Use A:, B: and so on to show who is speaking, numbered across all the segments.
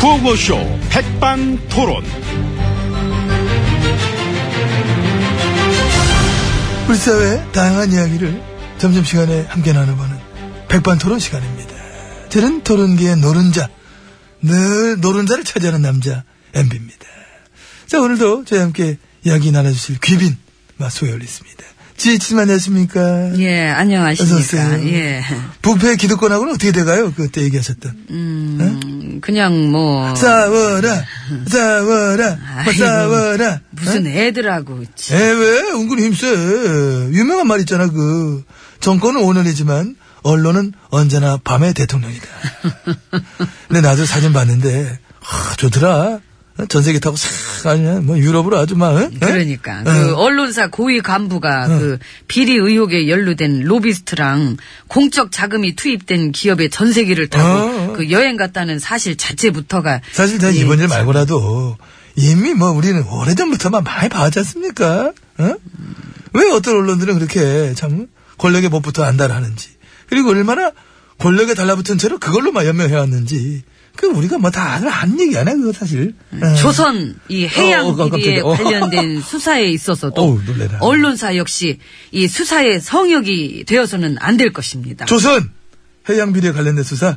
A: 구호쇼 백반토론.
B: 우리 사회의 다양한 이야기를 점심시간에 함께 나눠보는 백반토론 시간입니다. 저는 토론계의 노른자, 늘 노른자를 차지하는 남자 엠비입니다. 자 오늘도 저희 함께 이야기 나눠주실 귀빈 마 소개 올렸습니다. 지혜님 안녕하십니까?
C: 예, 안녕하십니까.
B: 어서오세요.
C: 예.
B: 부패 기득권하고는 어떻게 돼가요? 그때 얘기하셨던.
C: 음, 그냥 뭐.
B: 싸워라, 싸워라, 뭐
C: 아이고,
B: 싸워라.
C: 무슨 애들하고. 지-
B: 어? 에, 왜? 은근히 힘세. 유명한 말 있잖아, 그. 정권은 5년이지만, 언론은 언제나 밤의 대통령이다. 근데 나도 사진 봤는데, 아, 좋더라. 전 세계 타고 싹, 아니야, 뭐, 유럽으로 아주 막, 응?
C: 그러니까.
B: 응.
C: 그 언론사 고위 간부가
B: 어.
C: 그 비리 의혹에 연루된 로비스트랑 공적 자금이 투입된 기업의 전세기를 타고
B: 어.
C: 그 여행 갔다는 사실 자체부터가.
B: 사실 전
C: 예,
B: 이번 일
C: 참.
B: 말고라도, 이미 뭐, 우리는 오래전부터만 많이 봐왔지 않습니까? 응? 왜 어떤 언론들은 그렇게, 참, 권력의 법부터 안달하는지. 그리고 얼마나 권력에 달라붙은 채로 그걸로만 연명해왔는지. 그 우리가 뭐 다 아는 얘기 아니야 그거 사실. 예.
C: 음, 조선 이 해양
B: 어, 어, 어,
C: 비리에
B: 깜짝이야. 어.
C: 관련된 수사에 있어서도
B: 어우, 놀래라.
C: 언론사 역시 이 수사에 성역이 되어서는 안 될 것입니다.
B: 조선 해양 비리에 관련된 수사.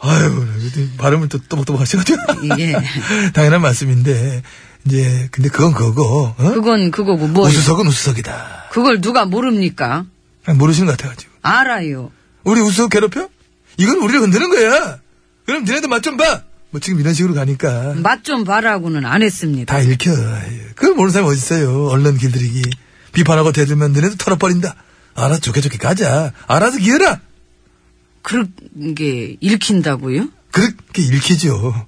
B: 아유, 발음을 또 또박또박 하시거든요.
C: 예.
B: 당연한 말씀인데 이제 근데 그건 그거고. 어?
C: 그건 그거고 뭐
B: 우수석은 우수석이다.
C: 그걸 누가 모릅니까?
B: 그냥 모르시는 것 같아가지고.
C: 알아요.
B: 우리 우수석 괴롭혀? 이건 우리를 흔드는 거야. 그럼 니네들 맛 좀 봐. 뭐 지금 이런 식으로 가니까
C: 맛 좀 봐라고는 안 했습니다.
B: 다 읽혀. 아유, 그걸 모르는 사람이 어딨어요. 언론 길들이기. 비판하고 대들면 너네도 털어버린다. 알아서 좋게 좋게 가자. 알아서 기어라.
C: 그런 게 읽힌다고요?
B: 그렇게 읽히죠.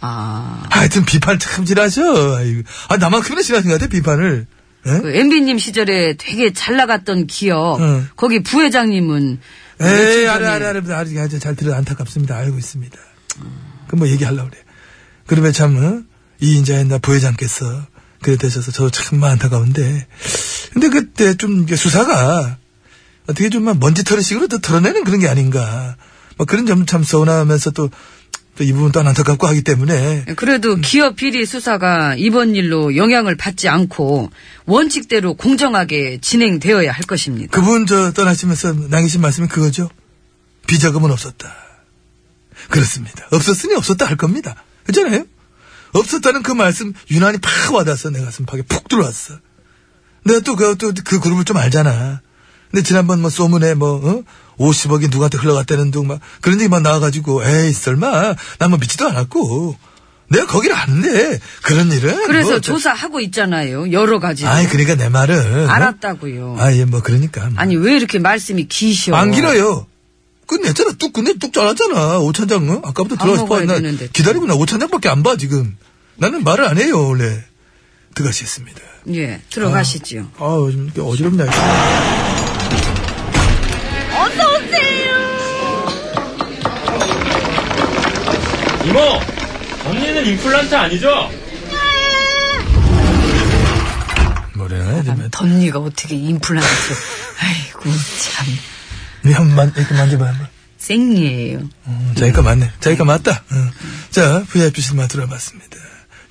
C: 아,
B: 하여튼 비판 참 지나셔. 아이고. 아, 나만큼이나 지나신 것 같아, 비판을. 에?
C: 그 MB님 시절에 되게 잘 나갔던 기업,
B: 응.
C: 거기 부회장님은
B: 에이,
C: 며칠
B: 네, 알아,
C: 전에
B: 알아, 알아, 알아, 알아, 잘 들어, 안타깝습니다. 알고 있습니다. 그 뭐 얘기하려고 그래. 그러면 참, 어? 이 인자의 나 부회장께서 그래 되셔서 저도 참 안타까운데. 근데 그때 좀 이게 수사가 어떻게 좀 막 먼지털이식으로 또 털어내는 그런 게 아닌가. 막 그런 점 참 서운하면서 또, 또 이 부분 또안 안타깝고 하기 때문에.
C: 예, 그래도 기업 비리 수사가 이번 일로 영향을 받지 않고 원칙대로 공정하게 진행되어야 할 것입니다.
B: 그분 뭐, 저 떠나시면서 남기신 말씀이 그거죠. 비자금은 없었다. 그렇습니다. 없었으니 없었다 할 겁니다. 그잖아요. 없었다는 그 말씀 유난히 팍 와닿았어 내 가슴팍에 푹 들어왔어. 내가 또그그 그 그룹을 좀 알잖아. 근데 지난번 뭐 소문에 뭐 어? 50억이 누구한테 흘러갔다는 둥 막 그런 얘기 막 나와가지고 에이 설마 나뭐 믿지도 않았고 내가 거기를 안돼 그런 일은
C: 래서
B: 뭐 어쩌-
C: 조사하고 있잖아요. 여러 가지.
B: 아니 그러니까 내 말은
C: 알았다고요.
B: 아예 뭐 그러니까 뭐.
C: 아니 왜 이렇게 말씀이 기셔?
B: 안 길어요. 끝냈잖아. 뚝 끝내 뚝 잘랐잖아. 오천장 어? 아까부터
C: 밥
B: 들어가서
C: 먹어야
B: 봐. 나
C: 되는데.
B: 기다리고 나 오천장밖에 안 봐 지금. 나는 말을 안 해요 원래. 들어가시겠습니다.
C: 예, 들어가시죠.
B: 아 요즘 이렇게 어지럽냐. 이거.
D: 이모, 언니는 임플란트 아니죠?
C: 아,
B: 뭐래 요즘에.
C: 덧니가 어떻게 임플란트? 아이고 참
B: 네, 한번 이렇게 만져봐 한번.
C: 생리예요.
B: 음, 자기가 맞네. 자기가 맞다. 응. 자 VIP실만 들어봤습니다.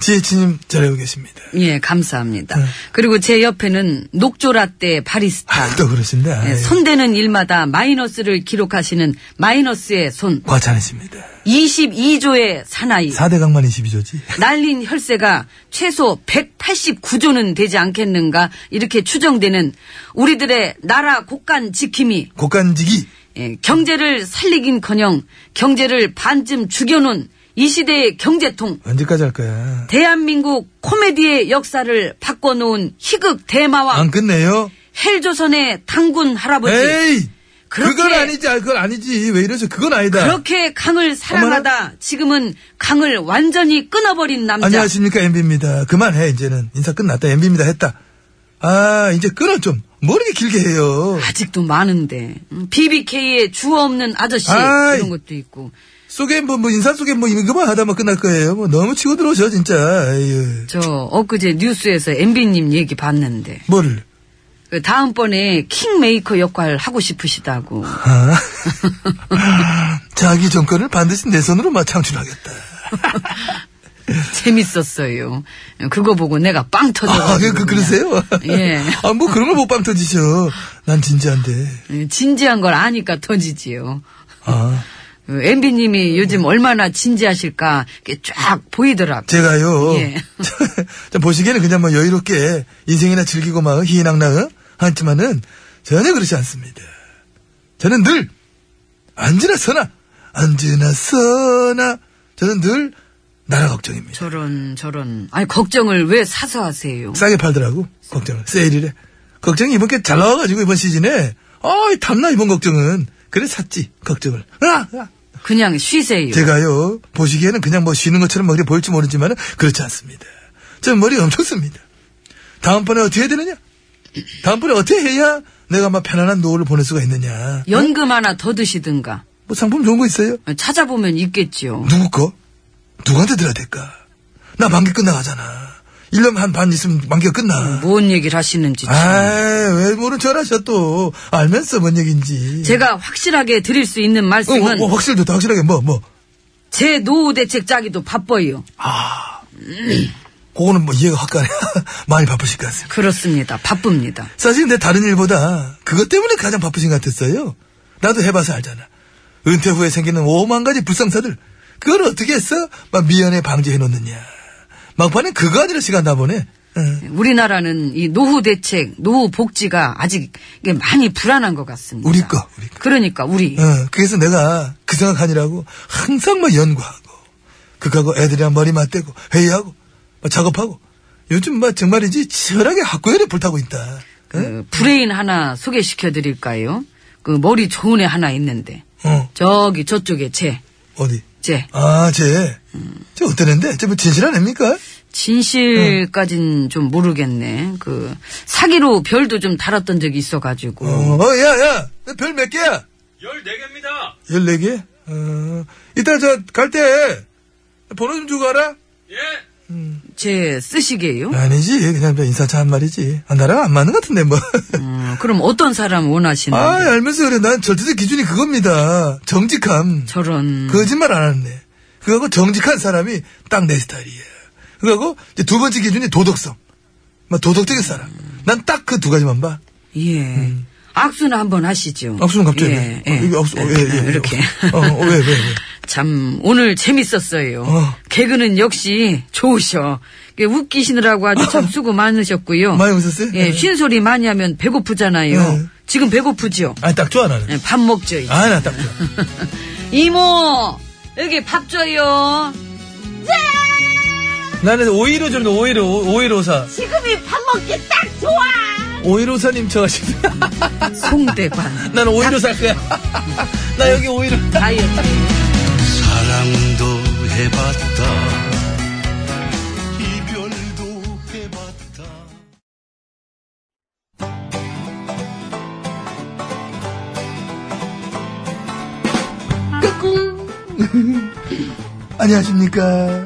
B: 지혜치님 잘하고 계십니다.
C: 예, 감사합니다.
B: 네.
C: 그리고 제 옆에는 녹조라떼 바리스타.
B: 아, 또 그러신데.
C: 예,
B: 아유,
C: 손대는 일마다 마이너스를 기록하시는 마이너스의 손.
B: 과찬이십니다.
C: 22조의 사나이.
B: 4대 강만 22조지.
C: 날린 혈세가 최소 189조는 되지 않겠는가 이렇게 추정되는 우리들의 나라 곳간 지킴이
B: 곡간지기.
C: 예, 경제를 살리긴커녕 경제를 반쯤 죽여놓은 이 시대의 경제통
B: 언제까지 할 거야?
C: 대한민국 코미디의 역사를 바꿔놓은 희극 대마왕
B: 안 끝내요?
C: 헬조선의 당군 할아버지
B: 에이!
C: 그렇게-
B: 그건 아니지, 아, 그건 아니지. 왜 이러세요? 그건 아니다.
C: 그렇게 강을 사랑하다 지금은 강을 완전히 끊어버린 남자
B: 안녕하십니까, MB입니다. 그만해, 이제는. 인사 끝났다, MB입니다. 했다. 아, 이제 끊어, 좀. 뭐 이렇게 길게 해요.
C: 아직도 많은데 음, BBK의 주어 없는 아저씨
B: 아이.
C: 이런 것도 있고
B: 속에 뭐, 뭐, 인사 속에 뭐, 이거 그만 하다만 끝날 거예요. 뭐, 너무 치고 들어오셔, 진짜. 아유.
C: 저 엊그제 뉴스에서 MB님 얘기 봤는데
B: 뭐를.
C: 그 다음번에 킹메이커 역할 하고 싶으시다고
B: 아. 자기 정권을 반드시 내 손으로 막 창출하겠다.
C: 재밌었어요. 그거 보고 내가 빵 터져.
B: 아, 그, 그, 그러세요?
C: 예.
B: 아, 뭐 그런 걸 못 빵 터지죠. 난 진지한데.
C: 예, 진지한 걸 아니까 터지지요.
B: 아,
C: 엠비님이 요즘 얼마나 진지하실까 이렇게 쫙 보이더라고.
B: 제가요.
C: 예.
B: 저 보시기에는 그냥 뭐 여유롭게 인생이나 즐기고 막 희희낙낙 어? 하지만은 전혀 그렇지 않습니다. 저는 늘 안지나서나 안지나서나 저는 늘 나라 걱정입니다.
C: 저런 저런. 아니 걱정을 왜 사서 하세요?
B: 싸게 팔더라고 걱정을 세일이래 걱정이 이번 게 잘 나와가지고 이번 시즌에 아이 탐나 이번 걱정은 그래 샀지 걱정을 아, 아.
C: 그냥 쉬세요.
B: 제가요 보시기에는 그냥 뭐 쉬는 것처럼 머리 보일지 모르지만 그렇지 않습니다 저 머리 엄청 씁니다 다음번에 어떻게 해야 되느냐 다음번에 어떻게 해야 내가 막 편안한 노후를 보낼 수가 있느냐
C: 연금 하나 더 드시든가.
B: 뭐 상품 좋은 거 있어요
C: 찾아보면 있겠지요.
B: 누구 거? 누구한테 들어야 될까 나 만기 끝나가잖아 1년 한 반 있으면 만기가
C: 음,
B: 끝나
C: 뭔 얘기를 하시는지. 참.
B: 아왜 모른 척 하셔 또 알면서 뭔 얘긴지
C: 제가 확실하게 드릴 수 있는
B: 어,
C: 말씀은
B: 어, 어, 확실히 좋다 확실하게 뭐 뭐
C: 제 노후 대책 짜기도 바빠요.
B: 그거는 뭐 이해가 확 가네 많이 바쁘실 것 같습니다
C: 그렇습니다. 바쁩니다.
B: 사실 내 다른 일보다 그것 때문에 가장 바쁘신 것 같았어요 나도 해봐서 알잖아 은퇴 후에 생기는 오만 가지 불상사들 그걸 어떻게 했어 막 미연에 방지해 놓느냐 막판엔 그거 아니라 시간 다 어, 보네 응.
C: 우리나라는 이 노후 대책, 노후 복지가 아직 이게 많이 불안한 것 같습니다.
B: 우리 거, 우리 거.
C: 그러니까 우리
B: 어, 그래서 내가 그 생각 하느라고 항상 막 연구하고, 그거하고 애들이랑 머리 맞대고, 회의하고, 막 작업하고, 요즘 막 정말이지 치열하게 학구열에 불타고 있다.
C: 그 브레인 하나 소개시켜 드릴까요? 그 머리 좋은 애 하나 있는데
B: 어,
C: 저기 저쪽에 제,
B: 어디?
C: 제
B: 아, 쟤. 쟤 어땠는데? 쟤뭐 진실한 애입니까?
C: 진실까진 좀 모르겠네. 그 사기로 별도 좀 달았던 적이 있어가지고
B: 어, 어, 야, 야! 너 별 몇 개야?
D: 14개입니다.
B: 14개? 어, 이따 저, 갈 때, 번호 좀 주고 가라?
D: 예.
C: 제 쓰시게요.
B: 아니지. 그냥 저 인사차 한 말이지. 아, 나랑 안 맞는 것 같은데, 뭐.
C: 음, 그럼 어떤 사람 원하시는데?
B: 아, 알면서 그래. 난 절대적 기준이 그겁니다. 정직함.
C: 저런
B: 거짓말 안 하는 애. 그거하고 정직한 사람이 딱 내 스타일이에요. 그거하고 이제 두 번째 기준이 도덕성. 막 도덕적인 사람. 난 딱 그 두 가지만 봐.
C: 예. 악수는 한번 하시죠.
B: 음. 악수는 갑자기. 왜?
C: 예, 예.
B: 어, 이게 악수, 어, 예, 예, 예.
C: 이렇게.
B: 어, 어, 왜, 왜, 왜.
C: 참 오늘 재밌었어요.
B: 어.
C: 개그는 역시 좋으셔. 이게 웃기시느라고
B: 어.
C: 아주 참 수고 많으셨고요.
B: 많이 웃었어요?
C: 예, 쉰 소리 많이 하면 배고프잖아요.
B: 네.
C: 지금 배고프죠?
B: 아니, 딱 좋아, 나는.
C: 예, 밥 먹죠. 이제.
B: 아, 나 딱 좋아.
C: 이모, 여기 밥 줘요.
B: 나는 오이로 좀, 오이로, 오이로사.
E: 지금이 밥 먹기 딱 좋아.
B: 오이로사님 저 하시면.
C: 송대관
B: 나는 오이로 살 거야. 나 여기 오이로.
C: 다이어트.
F: 사랑도 해봤다 이별도 해봤다
B: 안녕하십니까.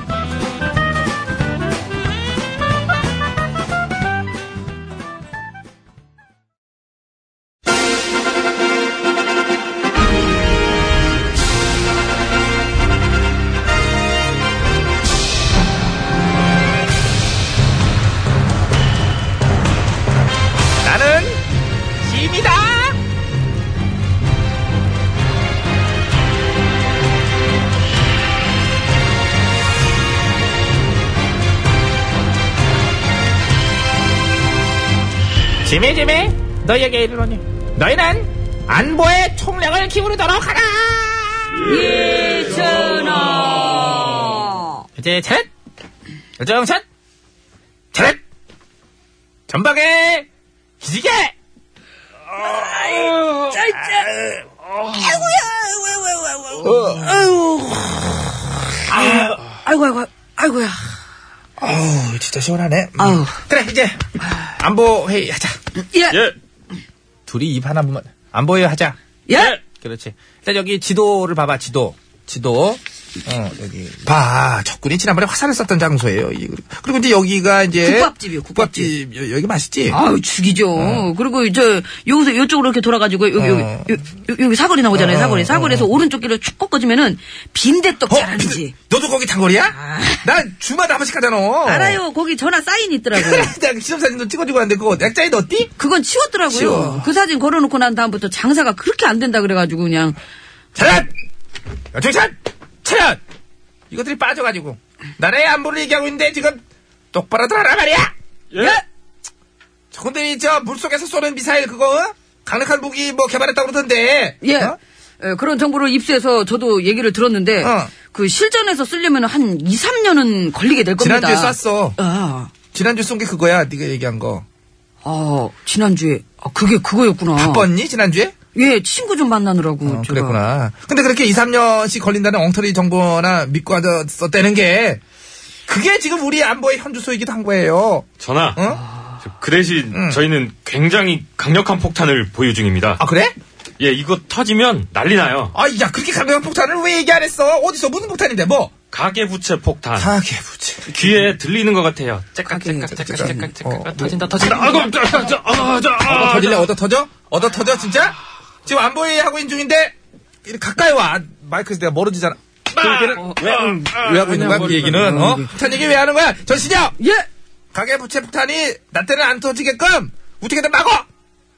A: 나는 짐이다.
G: 지미 지미 너희에게 이르노니 너희는 안보의 총력을 기울이도록 하라
C: 이천아
G: 이제 차렷! 요정샷! 차렷! 전방에 기지개!
C: 아이고, 아이고, 아이고야.
G: 아우 진짜 시원하네. 음.
C: 아우.
G: 그래 이제 안보 회의 하자.
C: 예,
D: 예.
G: 둘이 입 하나 보면 안보 회의 하자.
C: 예.
G: 그렇지. 일단 여기 지도를 봐봐 지도. 지도. 어 여기 봐 적군이 지난번에 화살을 쐈던 장소예요. 이- 그리고 이제 여기가 이제
C: 국밥집이요, 국밥집.
G: 국밥집. 여, 기 맛있지. 어?
C: 아우, 죽이죠.
G: 예.
C: 그리고 이제, 여기서, 이쪽으로 이렇게 돌아가지고, 여기, 여기,
G: 어.
C: 여- 여- 여기 사거리 나오잖아요,
G: 어,
C: 사거리.
G: 어,
C: 사거리에서 오른쪽 길로 쭉 꺾어지면은, 빈대떡 잘하는지. 아.
G: 너도 거기 단골이야? 난 주마다 한 번씩 가잖아.
C: 알아요, 거기 전화 사인 있더라고요.
G: 그래, 내가 시험사진도 찍어주고 왔는데 그거 액자에 넣었디?
C: 그건 치웠더라고요.
G: 치워.
C: 그 사진 걸어놓고 난 다음부터 장사가 그렇게 안 된다 그래가지고, 그냥.
G: 차렷! 여중찬! 차렷! 이것들이 빠져가지고 나라의 안보를 얘기하고 있는데 지금 똑바로 들어라 말이야!
D: 예.
G: 저건들이 저 물속에서 쏘는 미사일 그거 어? 강력한 무기 뭐 개발했다고 그러던데
C: 예.
G: 어?
C: 예, 그런 정보를 입수해서 저도 얘기를 들었는데
G: 어.
C: 그 실전에서 쓰려면 한 2, 3년은 걸리게 될 겁니다.
G: 지난주에 쐈어
C: 아,
G: 지난주에 쏜 게 그거야 네가 얘기한 거
C: 아, 지난주에 아, 그게 그거였구나.
G: 바빴니 지난주에?
C: 예, 친구 좀 만나느라고
G: 어,
C: 제가.
G: 그랬구나 근데 그렇게 2, 3년씩 걸린다는 엉터리 정보나 믿고 와서 썼다는 게 그게 지금 우리 안보의 현주소이기도 한 거예요
D: 전하.
G: 어?
D: 그 대신
G: 음.
D: 저희는 굉장히 강력한 폭탄을 보유 중입니다.
G: 아 그래?
D: 예, 이거 터지면 난리 나요.
G: 아, 야, 그렇게 강력한 폭탄을 왜 얘기 안 했어? 어디서 무슨 폭탄인데, 뭐?
D: 가계 부채 폭탄.
G: 사계 부채.
D: 귀에 들리는 것 같아요. 째깍
C: 가게,
D: 째깍 째깍
G: 째깍.
D: 째깍
G: 어,
D: 째깍. 터진다 터진다. 아고 자, 자, 자, 아, 자,
G: 얻어
D: 아,
G: 터질래? 얻어 터져? 얻어 터져, 진짜? 지금 안보이 하고 있는 중인데, 이리 가까이 와. 아, 마이크에서 내가 멀어지잖아. 그 얘기는 왜, 왜 하고 있는 거야, 그 얘기는? 어? 폭탄 얘기 왜 하는 거야? 전신여!
C: 예.
G: 가계 부채 폭탄이 나 때는 안 터지게끔, 어떻게든 막어!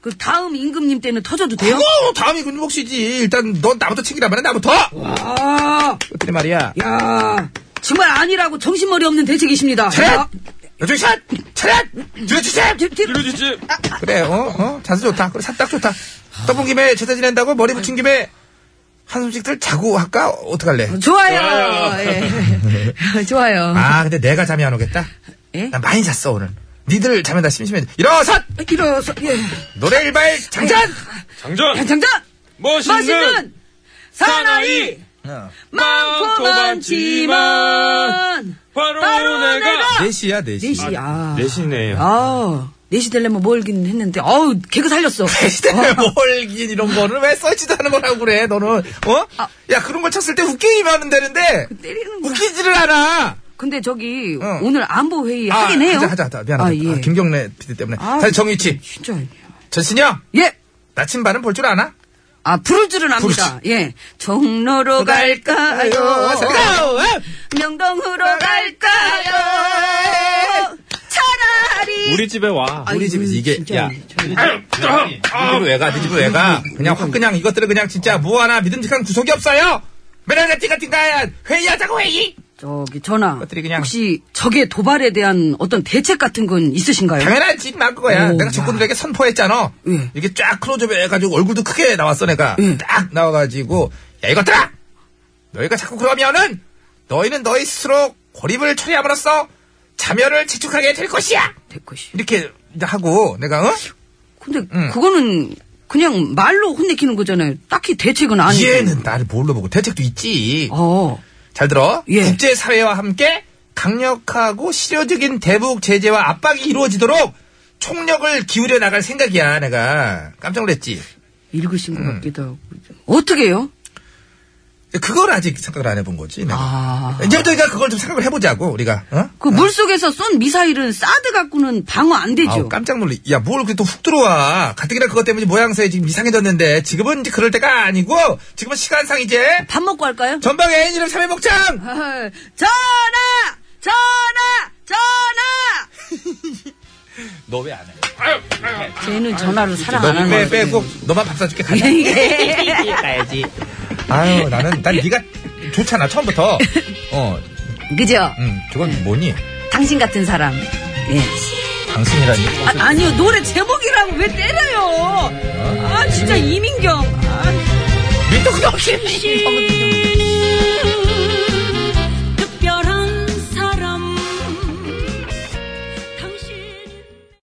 C: 그 다음 임금님 때는 터져도 돼요?
G: 그거 다음이 군복시지. 일단 넌 나부터 챙기란 말이야, 나부터!
C: 아,
G: 그때 말이야.
C: 야. 정말 아니라고 정신머리 없는 대책이십니다. 아,
G: 차렷!
C: 야,
G: 여중샷! 차렷! 줄여주셈!
C: 뒤- 뒤-
D: 이루지지.
C: 아,
G: 그래, 어, 어, 자세 좋다. 그래, 싹딱 좋다. 떡본 김에 제사 지낸다고 머리 붙인 김에 한숨씩들 자고 할까? 어떡할래?
C: 좋아요. 예. 좋아요.
G: 아, 근데 내가 잠이 안 오겠다?
C: 예?
G: 나 많이 잤어, 오늘. 니들 자면 나 심심해. 일어선!
C: 일어서 예. 아,
G: 노래 일발 장전!
D: 장전.
C: 장전
D: 멋있는
C: 맛있는 사나이
G: 어.
C: 많고
D: 많고
C: 많지만
D: 많지만 바로, 내가.
G: 네시야네시
C: 넷이 아,
D: 내신이에요.
C: 아 넷이 되려면 뭘긴 했는데 어우 개그 살렸어
G: 시대에 뭘긴 이런 거를 왜 써지도 않은 거라고 그래, 너는. 어?
C: 아.
G: 야, 그런 걸 쳤을 때 웃기기만 하면 되는데,
C: 때리는 거야
G: 웃기지를 않아!
C: 근데 저기
G: 어.
C: 오늘 안보 회의
G: 아,
C: 하긴 해요
G: 하자, 하자, 하자. 미안하다.
C: 아, 예.
G: 아, 김경래 PD 때문에.
C: 아.
G: 사실 정유치.
C: 진짜
G: 전신영!
C: 예
G: 나침반은 볼 줄 아나?
C: 아, 부를 줄은 압니다. 예. 종로로 갈까요? 아. 명동으로 갈까요? 차라리.
D: 우리 집에 와.
G: 우리 집이지, 이게.
C: 아, 진짜
G: 야.
C: 저기-
G: 네 집을 왜 가? 네 집을 왜 가? 그냥 확 그냥 이것들은 그냥 진짜 뭐 하나 믿음직한 구석이 없어요. 맨날 띠 같은 거야. 회의하자고 회의.
C: 저기 전화
G: 것들이 그냥-
C: 혹시 적의 도발에 대한 어떤 대책 같은 건 있으신가요?
G: 당연하지 막 그거야.
C: 오,
G: 내가 적군들에게 선포했잖아.
C: 예.
G: 이게 쫙 클로즈업 해가지고 얼굴도 크게 나왔어 내가.
C: 예.
G: 딱 나와가지고 야 이것들아 너희가 자꾸 그러면은 너희는 너희 스스로 고립을 처리함으로써 자멸을 재촉하게 될 것이야.
C: 될 것이.
G: 이렇게 이제 하고 내가 어?
C: 근데 그거는 그냥 말로 혼내키는 거잖아요. 딱히 대책은 아니고.
G: 얘는 나를 뭘로 보고 대책도 있지.
C: 어.
G: 잘 들어.
C: 예.
G: 국제사회와 함께 강력하고 실효적인 대북 제재와 압박이 이루어지도록 총력을 기울여 나갈 생각이야, 내가. 깜짝 놀랐지.
C: 읽으신 것
G: 음.
C: 같기도 하고. 어떻게 해요?
G: 그걸 아직 생각을 안 해본 거지. 내가.
C: 아.
G: 이제부터 우리가 그걸 좀 생각을 해보자고, 우리가. 어?
C: 그 물속에서 쏜 미사일은 사드 갖고는 방어 안 되죠.
G: 아우, 깜짝 놀래. 야, 뭘 그렇게 또 훅 들어와. 가뜩이나 그것 때문에 모양새 지금 이상해졌는데, 지금은 이제 그럴 때가 아니고, 지금은 시간상 이제,
C: 밥 먹고 할까요?
G: 전방에 이름 삼회 먹장!
C: 아, 전화! 전화! 전화!
G: 너 왜 안 해?
C: 쟤는 전화를 사랑 안
G: 너는
C: 하는 예,
G: 빼,
C: 거야.
G: 빼고, 너만 밥 사줄게. 가자.
C: 가야지.
G: 아유, 나는, 난 네가 좋잖아, 처음부터. 어,
C: 그죠?
G: 음, 저건 뭐니?
C: 당신 같은 사람. 예.
G: 당신이라니.
C: 아, 아니요, 노래 제목이라고 왜 때려요? 아, 진짜 이민경. 아.
G: 밑도 그게 없이 너무